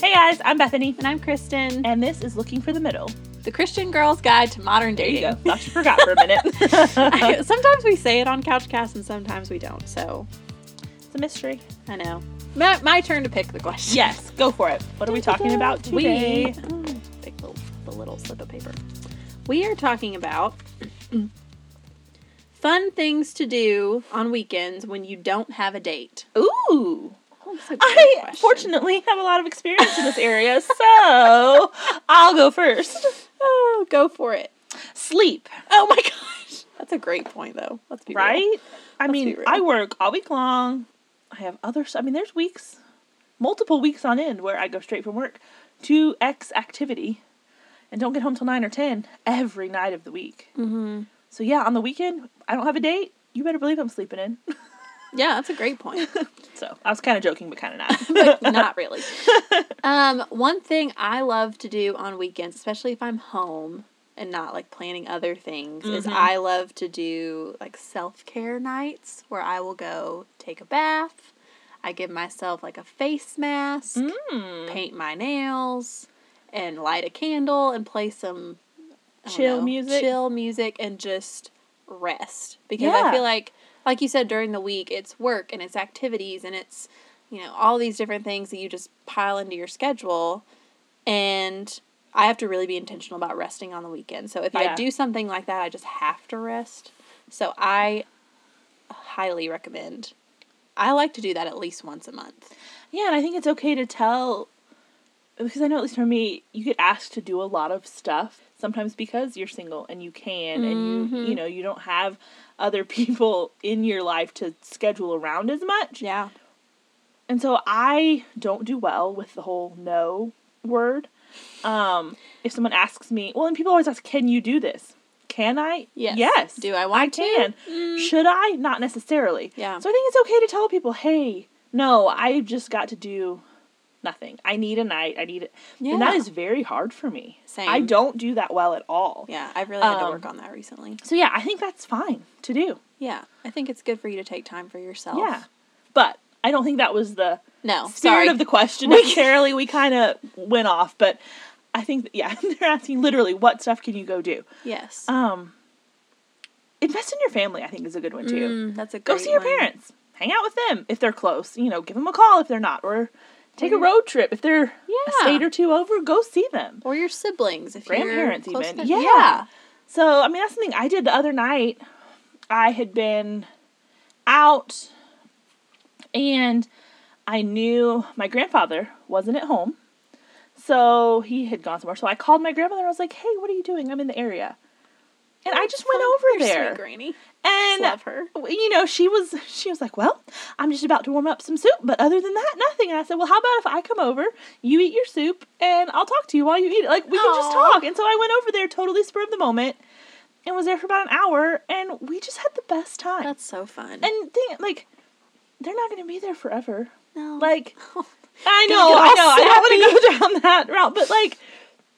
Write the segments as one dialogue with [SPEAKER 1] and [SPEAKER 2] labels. [SPEAKER 1] guys. I'm Bethany. And I'm Kristen. And this is Looking for the Middle.
[SPEAKER 2] The Christian Girl's Guide to Modern Dating.
[SPEAKER 1] There you go. Thought you forgot for a minute.
[SPEAKER 2] I-
[SPEAKER 1] it's
[SPEAKER 2] sometimes we say it on Couchcast and sometimes we don't. So
[SPEAKER 1] a mystery.
[SPEAKER 2] I know. My, my turn to pick the question.
[SPEAKER 1] Yes, go for it. What are we talking about today?
[SPEAKER 2] We, oh, pick the, the little slip of paper. We are talking about fun things to do on weekends when you don't have a date.
[SPEAKER 1] Ooh.
[SPEAKER 2] Oh, that's a great
[SPEAKER 1] I
[SPEAKER 2] question.
[SPEAKER 1] fortunately have a lot of experience in this area, so I'll go first.
[SPEAKER 2] Oh, go for it.
[SPEAKER 1] Sleep,
[SPEAKER 2] Oh my gosh. That's a great point though. Let's be real.
[SPEAKER 1] right? I
[SPEAKER 2] Let's be
[SPEAKER 1] mean,
[SPEAKER 2] real.
[SPEAKER 1] I work all week long. I have other, s- I mean, there's weeks, multiple weeks on end where I go straight from work to X activity and don't get home till 9 or 10 every night of the week.
[SPEAKER 2] Mm-hmm.
[SPEAKER 1] So, yeah, on the weekend, I don't have a date. You better believe I'm sleeping in.
[SPEAKER 2] Yeah, that's a great point.
[SPEAKER 1] So, I was kind of joking, but kind of not.
[SPEAKER 2] but not really. Um, one thing I love to do on weekends, especially if I'm home and not like planning other things, is
[SPEAKER 1] Mhm.
[SPEAKER 2] I love to do like self care nights where I will go take a bath. I give myself like a face mask,
[SPEAKER 1] Mm.
[SPEAKER 2] paint my nails, and light a candle and play some I don't
[SPEAKER 1] Chill music?
[SPEAKER 2] Chill music and just rest. Because I
[SPEAKER 1] Yeah.
[SPEAKER 2] feel like like you said during the week, it's work and it's activities and it's you know, all these different things that you just pile into your schedule and I have to really be intentional about resting on the weekend. So if I
[SPEAKER 1] Yeah.
[SPEAKER 2] do something like that, I just have to rest. So I highly recommend. I like to do that at least once a month.
[SPEAKER 1] Yeah, and I think it's okay to tell because I know at least for me, you get asked to do a lot of stuff sometimes because you're single and you can and you
[SPEAKER 2] Mhm.
[SPEAKER 1] you know, you don't have other people in your life to schedule around as much.
[SPEAKER 2] Yeah.
[SPEAKER 1] And so I don't do well with the whole no word. Um if someone asks me, well, and people always ask, "Can you do this?" Can I?
[SPEAKER 2] Yes.
[SPEAKER 1] Yes.
[SPEAKER 2] Do I want
[SPEAKER 1] I
[SPEAKER 2] to? Mm.
[SPEAKER 1] can. Should I? Not necessarily.
[SPEAKER 2] Yeah.
[SPEAKER 1] So I think it's okay to tell people, hey, no, I just got to do nothing. I need a night. I need it. And that
[SPEAKER 2] Yeah.
[SPEAKER 1] is very hard for me. I
[SPEAKER 2] Same.
[SPEAKER 1] don't do that well at all.
[SPEAKER 2] Yeah, I've really had to
[SPEAKER 1] Um,
[SPEAKER 2] work on that recently.
[SPEAKER 1] So yeah, I think that's fine to do.
[SPEAKER 2] Yeah, I think it's good for you to take time for yourself.
[SPEAKER 1] Yeah. But I don't think that was the
[SPEAKER 2] No,
[SPEAKER 1] spirit
[SPEAKER 2] sorry.
[SPEAKER 1] of the question necessarily. we kind of went off, but I think that, yeah, they're asking literally what stuff can you go do?
[SPEAKER 2] yes.
[SPEAKER 1] Um invest in your family, I think is a good one too.
[SPEAKER 2] Mm, that's a
[SPEAKER 1] go
[SPEAKER 2] great
[SPEAKER 1] see your
[SPEAKER 2] one.
[SPEAKER 1] parents hang out with them if they're close you know give them a call if they're not or take a
[SPEAKER 2] Mhm.
[SPEAKER 1] road trip if they're a
[SPEAKER 2] Yeah.
[SPEAKER 1] state or two over go see them
[SPEAKER 2] Or your siblings, if
[SPEAKER 1] grandparents
[SPEAKER 2] you're close
[SPEAKER 1] even
[SPEAKER 2] to-
[SPEAKER 1] yeah.
[SPEAKER 2] yeah.
[SPEAKER 1] so i mean that's something i did the other night i had been out and i knew my grandfather wasn't at home so he had gone somewhere so i called my grandmother and i was like hey what are you doing i'm in the area and i just went over
[SPEAKER 2] You're
[SPEAKER 1] there
[SPEAKER 2] Sweet granny.
[SPEAKER 1] and
[SPEAKER 2] Love her.
[SPEAKER 1] well, you know, she was she was like, "Well, I'm just about to warm up some soup, but other than that, nothing." And I said, "Well, how about if I come over, you eat your soup, and I'll talk to you while you eat it? Like we can just
[SPEAKER 2] Aw.
[SPEAKER 1] talk." And so I went over there, totally spur of the moment, and was there for about an hour, and we just had the best time.
[SPEAKER 2] That's so fun.
[SPEAKER 1] and thing like, they're not going to be there forever.
[SPEAKER 2] no.
[SPEAKER 1] Like I
[SPEAKER 2] Don't
[SPEAKER 1] know,
[SPEAKER 2] get
[SPEAKER 1] I
[SPEAKER 2] all
[SPEAKER 1] know, I don't want to go down that route, but like,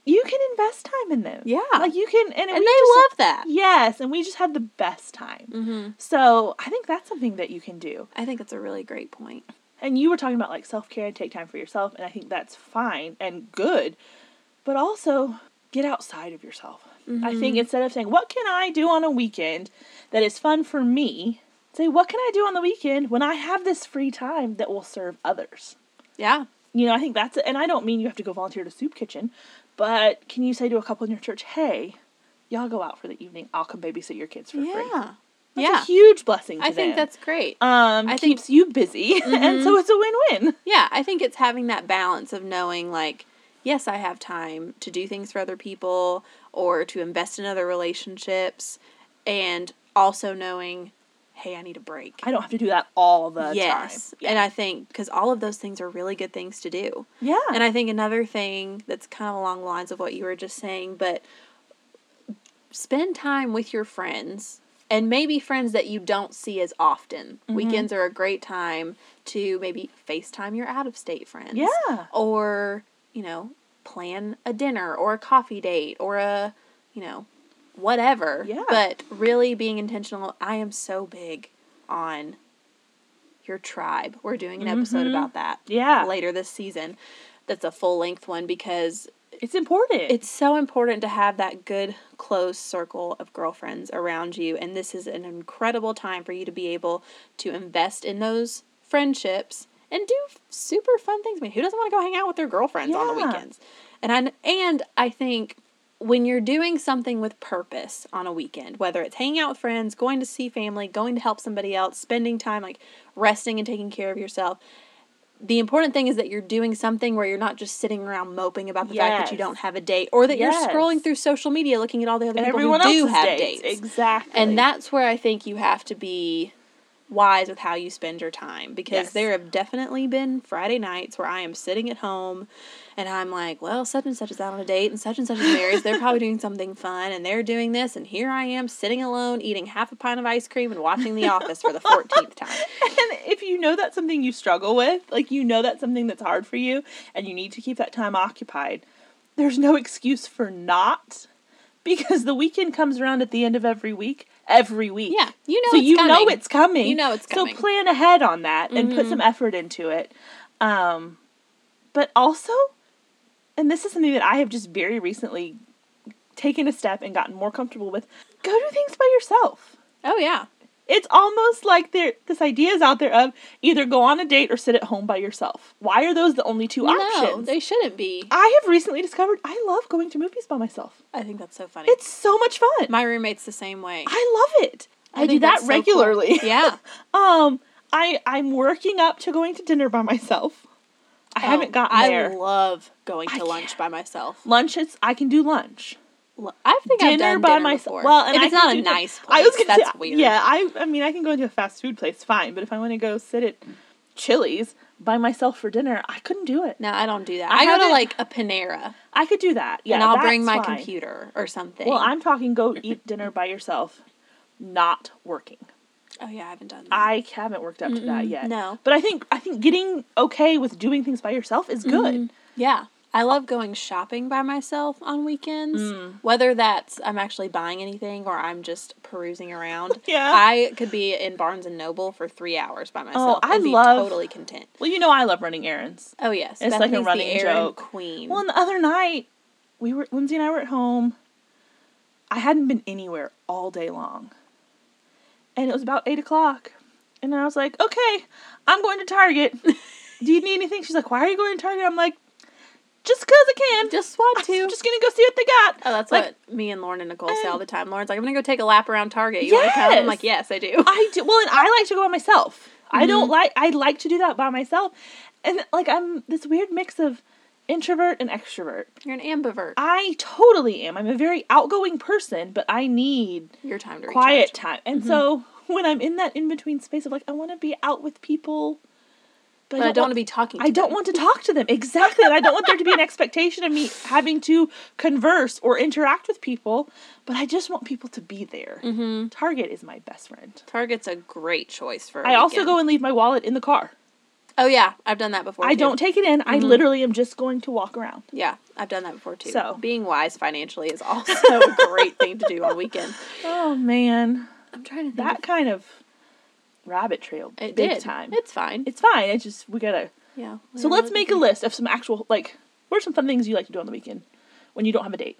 [SPEAKER 1] you can invest time in them.
[SPEAKER 2] Yeah.
[SPEAKER 1] like you can, and,
[SPEAKER 2] and
[SPEAKER 1] we
[SPEAKER 2] they
[SPEAKER 1] just-
[SPEAKER 2] love that.
[SPEAKER 1] Yes, and we just had the best time.
[SPEAKER 2] Mm-hmm.
[SPEAKER 1] So I think that's something that you can do.
[SPEAKER 2] I think that's a really great point.
[SPEAKER 1] And you were talking about like self care and take time for yourself, and I think that's fine and good, but also get outside of yourself. I
[SPEAKER 2] Mm-hmm.
[SPEAKER 1] think instead of saying, What can I do on a weekend that is fun for me? Say, What can I do on the weekend when I have this free time that will serve others?
[SPEAKER 2] Yeah.
[SPEAKER 1] You know, I think that's, and I don't mean you have to go volunteer to soup kitchen, but can you say to a couple in your church, Hey, y'all go out for the evening, I'll come babysit your kids for free?
[SPEAKER 2] Yeah.
[SPEAKER 1] That's
[SPEAKER 2] yeah.
[SPEAKER 1] a huge blessing to
[SPEAKER 2] I think
[SPEAKER 1] them
[SPEAKER 2] that's great.
[SPEAKER 1] um
[SPEAKER 2] I think- Mm-hmm.
[SPEAKER 1] keeps you busy and so it's a win-win
[SPEAKER 2] Yeah, I think it's having that balance of knowing, like, yes, I have time to do things for other people or to invest in other relationships, and also knowing, hey, I need a break.
[SPEAKER 1] i don't have to do that all the
[SPEAKER 2] yes.
[SPEAKER 1] time
[SPEAKER 2] And I think because all of those things are really good things to do.
[SPEAKER 1] yeah
[SPEAKER 2] And I think another thing that's kind of along the lines of what you were just saying, but spend time with your friends and maybe friends that you don't see as often.
[SPEAKER 1] Mm-hmm.
[SPEAKER 2] Weekends are a great time to maybe FaceTime your out of state friends.
[SPEAKER 1] Yeah.
[SPEAKER 2] Or, you know, plan a dinner or a coffee date or a, you know, whatever.
[SPEAKER 1] Yeah.
[SPEAKER 2] But really being intentional. I am so big on your tribe. We're doing an episode about that
[SPEAKER 1] yeah
[SPEAKER 2] later this season. that's a full length one because
[SPEAKER 1] It's important.
[SPEAKER 2] it's so important to have that good close circle of girlfriends around you and this is an incredible time for you to be able to invest in those friendships and do f- super fun things i mean who doesn't want to go hang out with their girlfriends on the
[SPEAKER 1] Yeah.
[SPEAKER 2] weekends and I, and i think when you're doing something with purpose on a weekend whether it's hanging out with friends going to see family going to help somebody else spending time like resting and taking care of yourself the important thing is that you're doing something where you're not just sitting around moping about the fact that you
[SPEAKER 1] Yes.
[SPEAKER 2] don't have a date or that
[SPEAKER 1] Yes.
[SPEAKER 2] you're scrolling through social media looking at all the other
[SPEAKER 1] and
[SPEAKER 2] people
[SPEAKER 1] everyone
[SPEAKER 2] who
[SPEAKER 1] else
[SPEAKER 2] do
[SPEAKER 1] else's
[SPEAKER 2] have
[SPEAKER 1] dates.
[SPEAKER 2] dates.
[SPEAKER 1] Exactly.
[SPEAKER 2] And that's where I think you have to be wise with how you spend your time because
[SPEAKER 1] Yes.
[SPEAKER 2] there have definitely been Friday nights where I am sitting at home and I'm like, well, such and such is out on a date and such and such is married. they're probably doing something fun and they're doing this. And here I am sitting alone eating half a pint of ice cream and watching The Office for the 14th time.
[SPEAKER 1] And if you know that's something you struggle with, like you know that's something that's hard for you and you need to keep that time occupied, there's no excuse for not because the weekend comes around at the end of every week, every week.
[SPEAKER 2] Yeah, you know
[SPEAKER 1] so
[SPEAKER 2] it's
[SPEAKER 1] you know
[SPEAKER 2] coming.
[SPEAKER 1] it's coming.
[SPEAKER 2] You know it's coming.
[SPEAKER 1] So
[SPEAKER 2] Mm-hmm.
[SPEAKER 1] plan ahead on that and put some effort into it. Um, but also, and this is something that I have just very recently taken a step and gotten more comfortable with, go do things by yourself
[SPEAKER 2] Oh, yeah.
[SPEAKER 1] it's almost like there this idea is out there of either go on a date or sit at home by yourself. Why are those the only two
[SPEAKER 2] No,
[SPEAKER 1] options?
[SPEAKER 2] they shouldn't be.
[SPEAKER 1] I have recently discovered I love going to movies by myself.
[SPEAKER 2] I think that's so funny.
[SPEAKER 1] It's so much fun.
[SPEAKER 2] My roommate's the same way.
[SPEAKER 1] I love it. I, do
[SPEAKER 2] think
[SPEAKER 1] that
[SPEAKER 2] that's so cool.
[SPEAKER 1] regularly.
[SPEAKER 2] Yeah.
[SPEAKER 1] um I I'm working up to going to dinner by myself. I haven't
[SPEAKER 2] Oh,
[SPEAKER 1] gotten there.
[SPEAKER 2] I love going
[SPEAKER 1] I
[SPEAKER 2] to lunch
[SPEAKER 1] can't.
[SPEAKER 2] by myself.
[SPEAKER 1] lunch is I can do lunch.
[SPEAKER 2] L- I think I've
[SPEAKER 1] dinner
[SPEAKER 2] done
[SPEAKER 1] by
[SPEAKER 2] dinner
[SPEAKER 1] myself.
[SPEAKER 2] before.
[SPEAKER 1] Well, and
[SPEAKER 2] if
[SPEAKER 1] I
[SPEAKER 2] it's
[SPEAKER 1] can
[SPEAKER 2] not
[SPEAKER 1] do
[SPEAKER 2] a
[SPEAKER 1] that-
[SPEAKER 2] nice place,
[SPEAKER 1] I was gonna
[SPEAKER 2] that's
[SPEAKER 1] say,
[SPEAKER 2] weird.
[SPEAKER 1] Yeah, I I mean I can go into a fast food place, fine, but if I want to go sit at Chili's by myself for dinner, I couldn't do it.
[SPEAKER 2] No, I don't do that.
[SPEAKER 1] I
[SPEAKER 2] I, go
[SPEAKER 1] haven't-
[SPEAKER 2] to like a Panera,
[SPEAKER 1] I could do that. Yeah,
[SPEAKER 2] and I'll bring
[SPEAKER 1] that's
[SPEAKER 2] my
[SPEAKER 1] fine.
[SPEAKER 2] computer or something.
[SPEAKER 1] Well, I'm talking go eat dinner by yourself, not working.
[SPEAKER 2] Oh yeah, I haven't done that.
[SPEAKER 1] I haven't worked up to that
[SPEAKER 2] Mm-mm,
[SPEAKER 1] yet.
[SPEAKER 2] no.
[SPEAKER 1] but I think I think getting okay with doing things by yourself is good.
[SPEAKER 2] Mm-hmm. Yeah. I love going shopping by myself on weekends,
[SPEAKER 1] Mm.
[SPEAKER 2] whether that's I'm actually buying anything or I'm just perusing around.
[SPEAKER 1] Yeah. Oh,
[SPEAKER 2] I could be in Barnes and Noble for three hours by myself
[SPEAKER 1] I
[SPEAKER 2] and be
[SPEAKER 1] love-
[SPEAKER 2] totally content.
[SPEAKER 1] Well, you know I love running errands.
[SPEAKER 2] Oh yes,
[SPEAKER 1] It's like a
[SPEAKER 2] Bethany's
[SPEAKER 1] running
[SPEAKER 2] the errand
[SPEAKER 1] joke.
[SPEAKER 2] queen.
[SPEAKER 1] Well, and the other night, we were Lindsay and I were at home. I hadn't been anywhere all day long, and it was about eight o'clock, and I was like, "Okay, I'm going to Target. Do you need anything?" She's like, "Why are you going to Target?" I'm like, "Just 'cause I can.
[SPEAKER 2] just want to.
[SPEAKER 1] I'm just gonna go see what they got."
[SPEAKER 2] oh, that's
[SPEAKER 1] like,
[SPEAKER 2] what me and Lauren and Nicole say
[SPEAKER 1] Um,
[SPEAKER 2] all the time. Lauren's like, I'm gonna go take a lap around Target. You want to come?
[SPEAKER 1] Yes.
[SPEAKER 2] I'm like, yes, I do.
[SPEAKER 1] I do. Well, and I like to go by myself. I
[SPEAKER 2] Mm-hmm.
[SPEAKER 1] don't like. I like to do that by myself, and like I'm this weird mix of introvert and extrovert.
[SPEAKER 2] You're an ambivert.
[SPEAKER 1] I totally am. I'm a very outgoing person, but I need
[SPEAKER 2] Your time to recharge. Mm-hmm.
[SPEAKER 1] quiet time. And so when I'm in that in between space of like, I want to be out with people,
[SPEAKER 2] But I don't want to be talking. To
[SPEAKER 1] I don't
[SPEAKER 2] them.
[SPEAKER 1] want to talk to them exactly. and I don't want there to be an expectation of me having to converse or interact with people, but I just want people to be there.
[SPEAKER 2] Mm-hmm.
[SPEAKER 1] Target is my best friend.
[SPEAKER 2] Target's a great choice for. I
[SPEAKER 1] I also go and leave my wallet in the car.
[SPEAKER 2] Oh yeah, I've done that before.
[SPEAKER 1] I
[SPEAKER 2] too.
[SPEAKER 1] don't take it in. I
[SPEAKER 2] Mm-hmm.
[SPEAKER 1] literally am just going to walk around.
[SPEAKER 2] Yeah, I've done that before too.
[SPEAKER 1] So.
[SPEAKER 2] being wise financially is also a great thing to do on weekends.
[SPEAKER 1] Oh man,
[SPEAKER 2] I'm trying to think.
[SPEAKER 1] that kind of rabbit trail.
[SPEAKER 2] if- it
[SPEAKER 1] big
[SPEAKER 2] did.
[SPEAKER 1] time.
[SPEAKER 2] It's fine.
[SPEAKER 1] It's fine. It's just we gotta.
[SPEAKER 2] yeah.
[SPEAKER 1] So let's make a list of some actual like what are some fun things you like to do on the weekend when you don't have a date.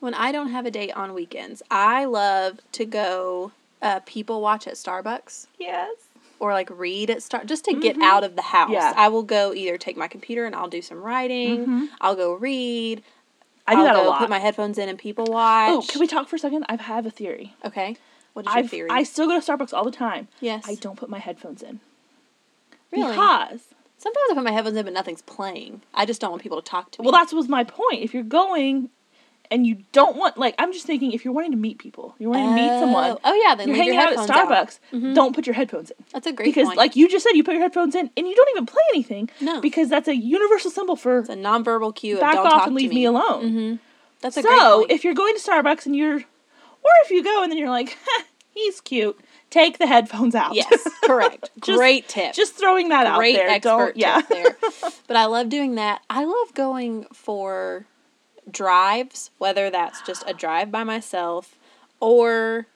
[SPEAKER 2] When I don't have a date on weekends, I love to go uh, people watch at Starbucks.
[SPEAKER 1] Yes.
[SPEAKER 2] or like read at start just to get out of the house.
[SPEAKER 1] Yeah.
[SPEAKER 2] I will go either take my computer and I'll do some writing. I'll go read.
[SPEAKER 1] I do
[SPEAKER 2] will
[SPEAKER 1] that
[SPEAKER 2] go
[SPEAKER 1] a lot.
[SPEAKER 2] Put my headphones in and people watch.
[SPEAKER 1] oh, can we talk for a second? I have a theory.
[SPEAKER 2] Okay. What is
[SPEAKER 1] I
[SPEAKER 2] your theory?
[SPEAKER 1] I still go to Starbucks all the time.
[SPEAKER 2] yes.
[SPEAKER 1] I don't put my headphones in
[SPEAKER 2] really.
[SPEAKER 1] because
[SPEAKER 2] Sometimes I put my headphones in, but nothing's playing. I just don't want people to talk to me.
[SPEAKER 1] well, that was my point. If you're going and you don't want like I'm just thinking if you're wanting to meet people, you're wanting to meet someone.
[SPEAKER 2] Oh, oh, yeah, then
[SPEAKER 1] You're hanging
[SPEAKER 2] leave your
[SPEAKER 1] out at
[SPEAKER 2] headphones out.
[SPEAKER 1] Starbucks. Don't put your headphones in
[SPEAKER 2] That's a great
[SPEAKER 1] because,
[SPEAKER 2] point.
[SPEAKER 1] like you just said, you put your headphones in and you don't even play anything.
[SPEAKER 2] No.
[SPEAKER 1] because that's a universal symbol for
[SPEAKER 2] it's a nonverbal cue.
[SPEAKER 1] back
[SPEAKER 2] of don't
[SPEAKER 1] off
[SPEAKER 2] talk
[SPEAKER 1] and
[SPEAKER 2] to
[SPEAKER 1] leave me,
[SPEAKER 2] me.
[SPEAKER 1] alone.
[SPEAKER 2] That's a great
[SPEAKER 1] So
[SPEAKER 2] point.
[SPEAKER 1] if you're going to Starbucks and you're, or if you go and then you're like, he's cute, take the headphones out.
[SPEAKER 2] yes, correct.
[SPEAKER 1] Just-
[SPEAKER 2] great tip.
[SPEAKER 1] Just throwing that
[SPEAKER 2] great
[SPEAKER 1] out there.
[SPEAKER 2] expert
[SPEAKER 1] Don't, yeah.
[SPEAKER 2] tip there. But I love doing that. I love going for drives, whether that's just a drive by myself or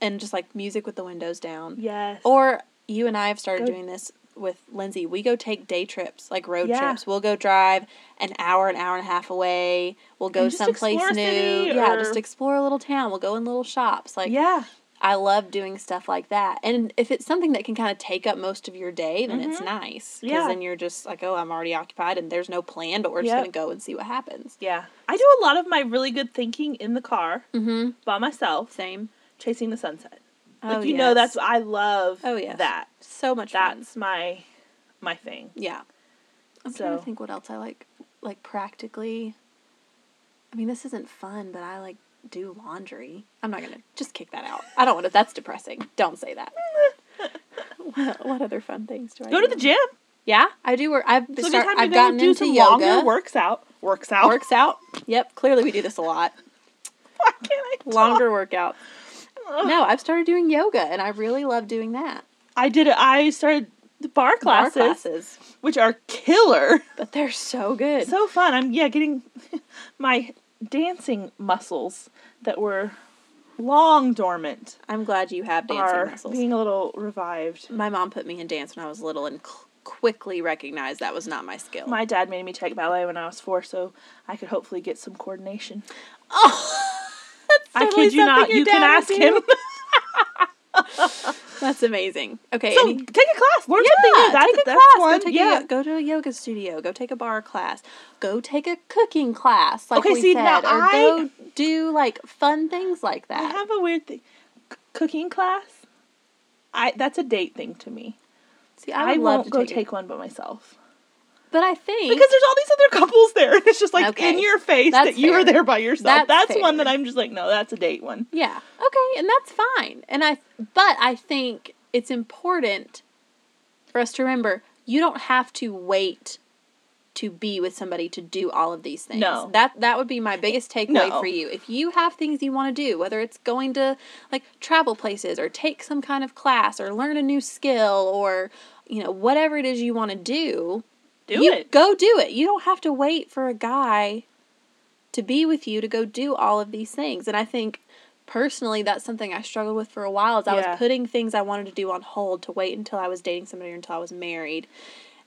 [SPEAKER 2] and just like music with the windows down.
[SPEAKER 1] Yes.
[SPEAKER 2] Or you and I have started
[SPEAKER 1] Go
[SPEAKER 2] doing this with Lindsay, we go take day trips, like road
[SPEAKER 1] Yeah.
[SPEAKER 2] trips. We'll go drive an hour, an hour and a half away. We'll go
[SPEAKER 1] And just
[SPEAKER 2] someplace
[SPEAKER 1] explore a
[SPEAKER 2] new.
[SPEAKER 1] city
[SPEAKER 2] Yeah,
[SPEAKER 1] or-
[SPEAKER 2] just explore a little town. We'll go in little shops. Like
[SPEAKER 1] yeah.
[SPEAKER 2] I love doing stuff like that. And if it's something that can kind of take up most of your day, then it's nice. Because
[SPEAKER 1] Mm-hmm. Yeah.
[SPEAKER 2] then you're just like, oh, I'm already occupied and there's no plan, but we're just
[SPEAKER 1] Yep.
[SPEAKER 2] going to go and see what happens.
[SPEAKER 1] Yeah. I do a lot of my really good thinking in the car
[SPEAKER 2] Mm-hmm.
[SPEAKER 1] by myself,
[SPEAKER 2] Same.
[SPEAKER 1] chasing the sunset. Like
[SPEAKER 2] oh,
[SPEAKER 1] you know that's
[SPEAKER 2] yes.
[SPEAKER 1] I love
[SPEAKER 2] Oh, yes.
[SPEAKER 1] that.
[SPEAKER 2] so much fun.
[SPEAKER 1] That's my my thing.
[SPEAKER 2] Yeah. I'm trying
[SPEAKER 1] So-
[SPEAKER 2] to think what else I like. Like practically, I mean, this isn't fun, but I like do laundry. I'm not gonna just kick that out. I don't want to. That's depressing. Don't say that. what, what other fun things do I
[SPEAKER 1] Go to the gym.
[SPEAKER 2] Yeah, I do work. I've
[SPEAKER 1] So
[SPEAKER 2] start,
[SPEAKER 1] good time to
[SPEAKER 2] I've
[SPEAKER 1] go
[SPEAKER 2] gotten
[SPEAKER 1] do
[SPEAKER 2] into
[SPEAKER 1] some
[SPEAKER 2] yoga.
[SPEAKER 1] longer works out. Works out.
[SPEAKER 2] Works out. Yep. Clearly, we do this a lot.
[SPEAKER 1] Why can't I talk?
[SPEAKER 2] Longer workouts. No, I've started doing yoga, and I really love doing that.
[SPEAKER 1] I did it. I started the bar
[SPEAKER 2] Bar
[SPEAKER 1] classes, which are killer.
[SPEAKER 2] but they're so good.
[SPEAKER 1] So fun. I'm yeah, getting my dancing muscles that were long dormant
[SPEAKER 2] I'm glad you have dancing
[SPEAKER 1] are
[SPEAKER 2] muscles.
[SPEAKER 1] being a little revived.
[SPEAKER 2] My mom put me in dance when I was little and c- quickly recognized that was not my skill.
[SPEAKER 1] My dad made me take ballet when I was four, so I could hopefully get some coordination.
[SPEAKER 2] oh, that's
[SPEAKER 1] I kid you not. You can ask him.
[SPEAKER 2] That's amazing. Okay,
[SPEAKER 1] so
[SPEAKER 2] any-
[SPEAKER 1] take a class. Learn something
[SPEAKER 2] yeah,
[SPEAKER 1] new. That's,
[SPEAKER 2] take a
[SPEAKER 1] that's
[SPEAKER 2] class.
[SPEAKER 1] one.
[SPEAKER 2] Go, take
[SPEAKER 1] yeah.
[SPEAKER 2] a, go to a yoga studio. Go take a bar class. Go take a cooking class. Like
[SPEAKER 1] Okay,
[SPEAKER 2] we
[SPEAKER 1] see,
[SPEAKER 2] said,
[SPEAKER 1] now
[SPEAKER 2] or
[SPEAKER 1] I-
[SPEAKER 2] go do like fun things like
[SPEAKER 1] I
[SPEAKER 2] that.
[SPEAKER 1] have a weird thing. C- cooking class. I that's a date thing to me.
[SPEAKER 2] see,
[SPEAKER 1] I,
[SPEAKER 2] I, would love
[SPEAKER 1] won't
[SPEAKER 2] to
[SPEAKER 1] go
[SPEAKER 2] take,
[SPEAKER 1] take one by myself.
[SPEAKER 2] But I think
[SPEAKER 1] because there's all these other couples there, and it's just like
[SPEAKER 2] Okay.
[SPEAKER 1] in your face
[SPEAKER 2] That's
[SPEAKER 1] that you
[SPEAKER 2] fair.
[SPEAKER 1] were there by yourself.
[SPEAKER 2] That's
[SPEAKER 1] That's, one
[SPEAKER 2] fair.
[SPEAKER 1] that I'm just like, no, that's a date one.
[SPEAKER 2] Yeah. Okay, and that's fine. And I but I think it's important for us to remember you don't have to wait to be with somebody to do all of these things.
[SPEAKER 1] No.
[SPEAKER 2] That that would be my biggest takeaway
[SPEAKER 1] No.
[SPEAKER 2] for you. If you have things you want to do, whether it's going to like travel places or take some kind of class or learn a new skill or you know whatever it is you want to do,
[SPEAKER 1] Do
[SPEAKER 2] you
[SPEAKER 1] it.
[SPEAKER 2] go do it. You don't have to wait for a guy to be with you to go do all of these things. And I think personally that's something I struggled with for a while is I
[SPEAKER 1] Yeah.
[SPEAKER 2] was putting things I wanted to do on hold to wait until I was dating somebody or until I was married.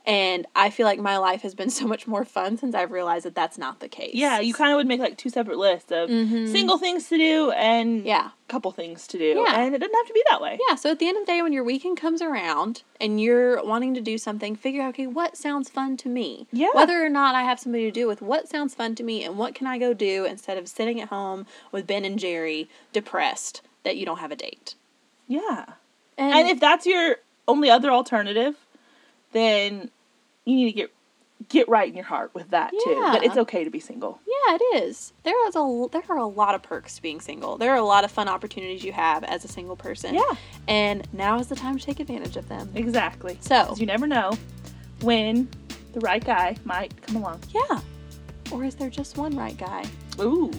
[SPEAKER 2] And I feel like my life has been so much more fun since I've realized that that's not the case.
[SPEAKER 1] Yeah, you kind of would make like two separate lists of
[SPEAKER 2] Mhm.
[SPEAKER 1] single things to do and
[SPEAKER 2] Yeah.
[SPEAKER 1] couple things to do,
[SPEAKER 2] Yeah.
[SPEAKER 1] and it doesn't have to be that way.
[SPEAKER 2] Yeah, so at the end of the day when your weekend comes around and you're wanting to do something, figure out okay, what sounds fun to me?
[SPEAKER 1] Yeah.
[SPEAKER 2] Whether or not I have somebody to do with what sounds fun to me and what can I go do instead of sitting at home with Ben and Jerry depressed that you don't have a date.
[SPEAKER 1] Yeah, and if that's your only other alternative, then you need to get get right in your heart with that too. That
[SPEAKER 2] Yeah.
[SPEAKER 1] it's okay to be single.
[SPEAKER 2] Yeah, it is. There is a there are a lot of perks to being single. There are a lot of fun opportunities you have as a single person.
[SPEAKER 1] Yeah.
[SPEAKER 2] And now is the time to take advantage of them.
[SPEAKER 1] Exactly.
[SPEAKER 2] So,
[SPEAKER 1] 'Cause you never know when the right guy might come along.
[SPEAKER 2] yeah. Or is there just one right guy?
[SPEAKER 1] Ooh.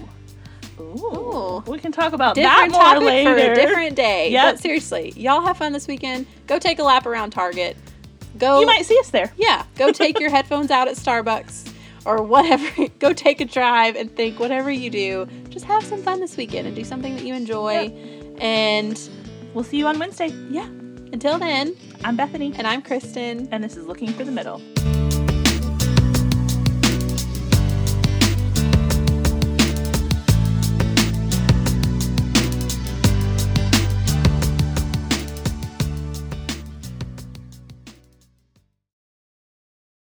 [SPEAKER 1] Ooh.
[SPEAKER 2] Ooh.
[SPEAKER 1] We can talk about
[SPEAKER 2] Different
[SPEAKER 1] that
[SPEAKER 2] topic
[SPEAKER 1] more later.
[SPEAKER 2] for a different day.
[SPEAKER 1] Yep.
[SPEAKER 2] But seriously, y'all have fun this weekend. Go take a lap around Target. Go
[SPEAKER 1] You might see us there.
[SPEAKER 2] Yeah, go take your headphones out at Starbucks or whatever. go take a drive and think whatever you do. Just have some fun this weekend and do something that you enjoy. And
[SPEAKER 1] We'll see you on Wednesday.
[SPEAKER 2] yeah, until then,
[SPEAKER 1] I'm Bethany,
[SPEAKER 2] and I'm Kristen.
[SPEAKER 1] and this is Looking for the Middle.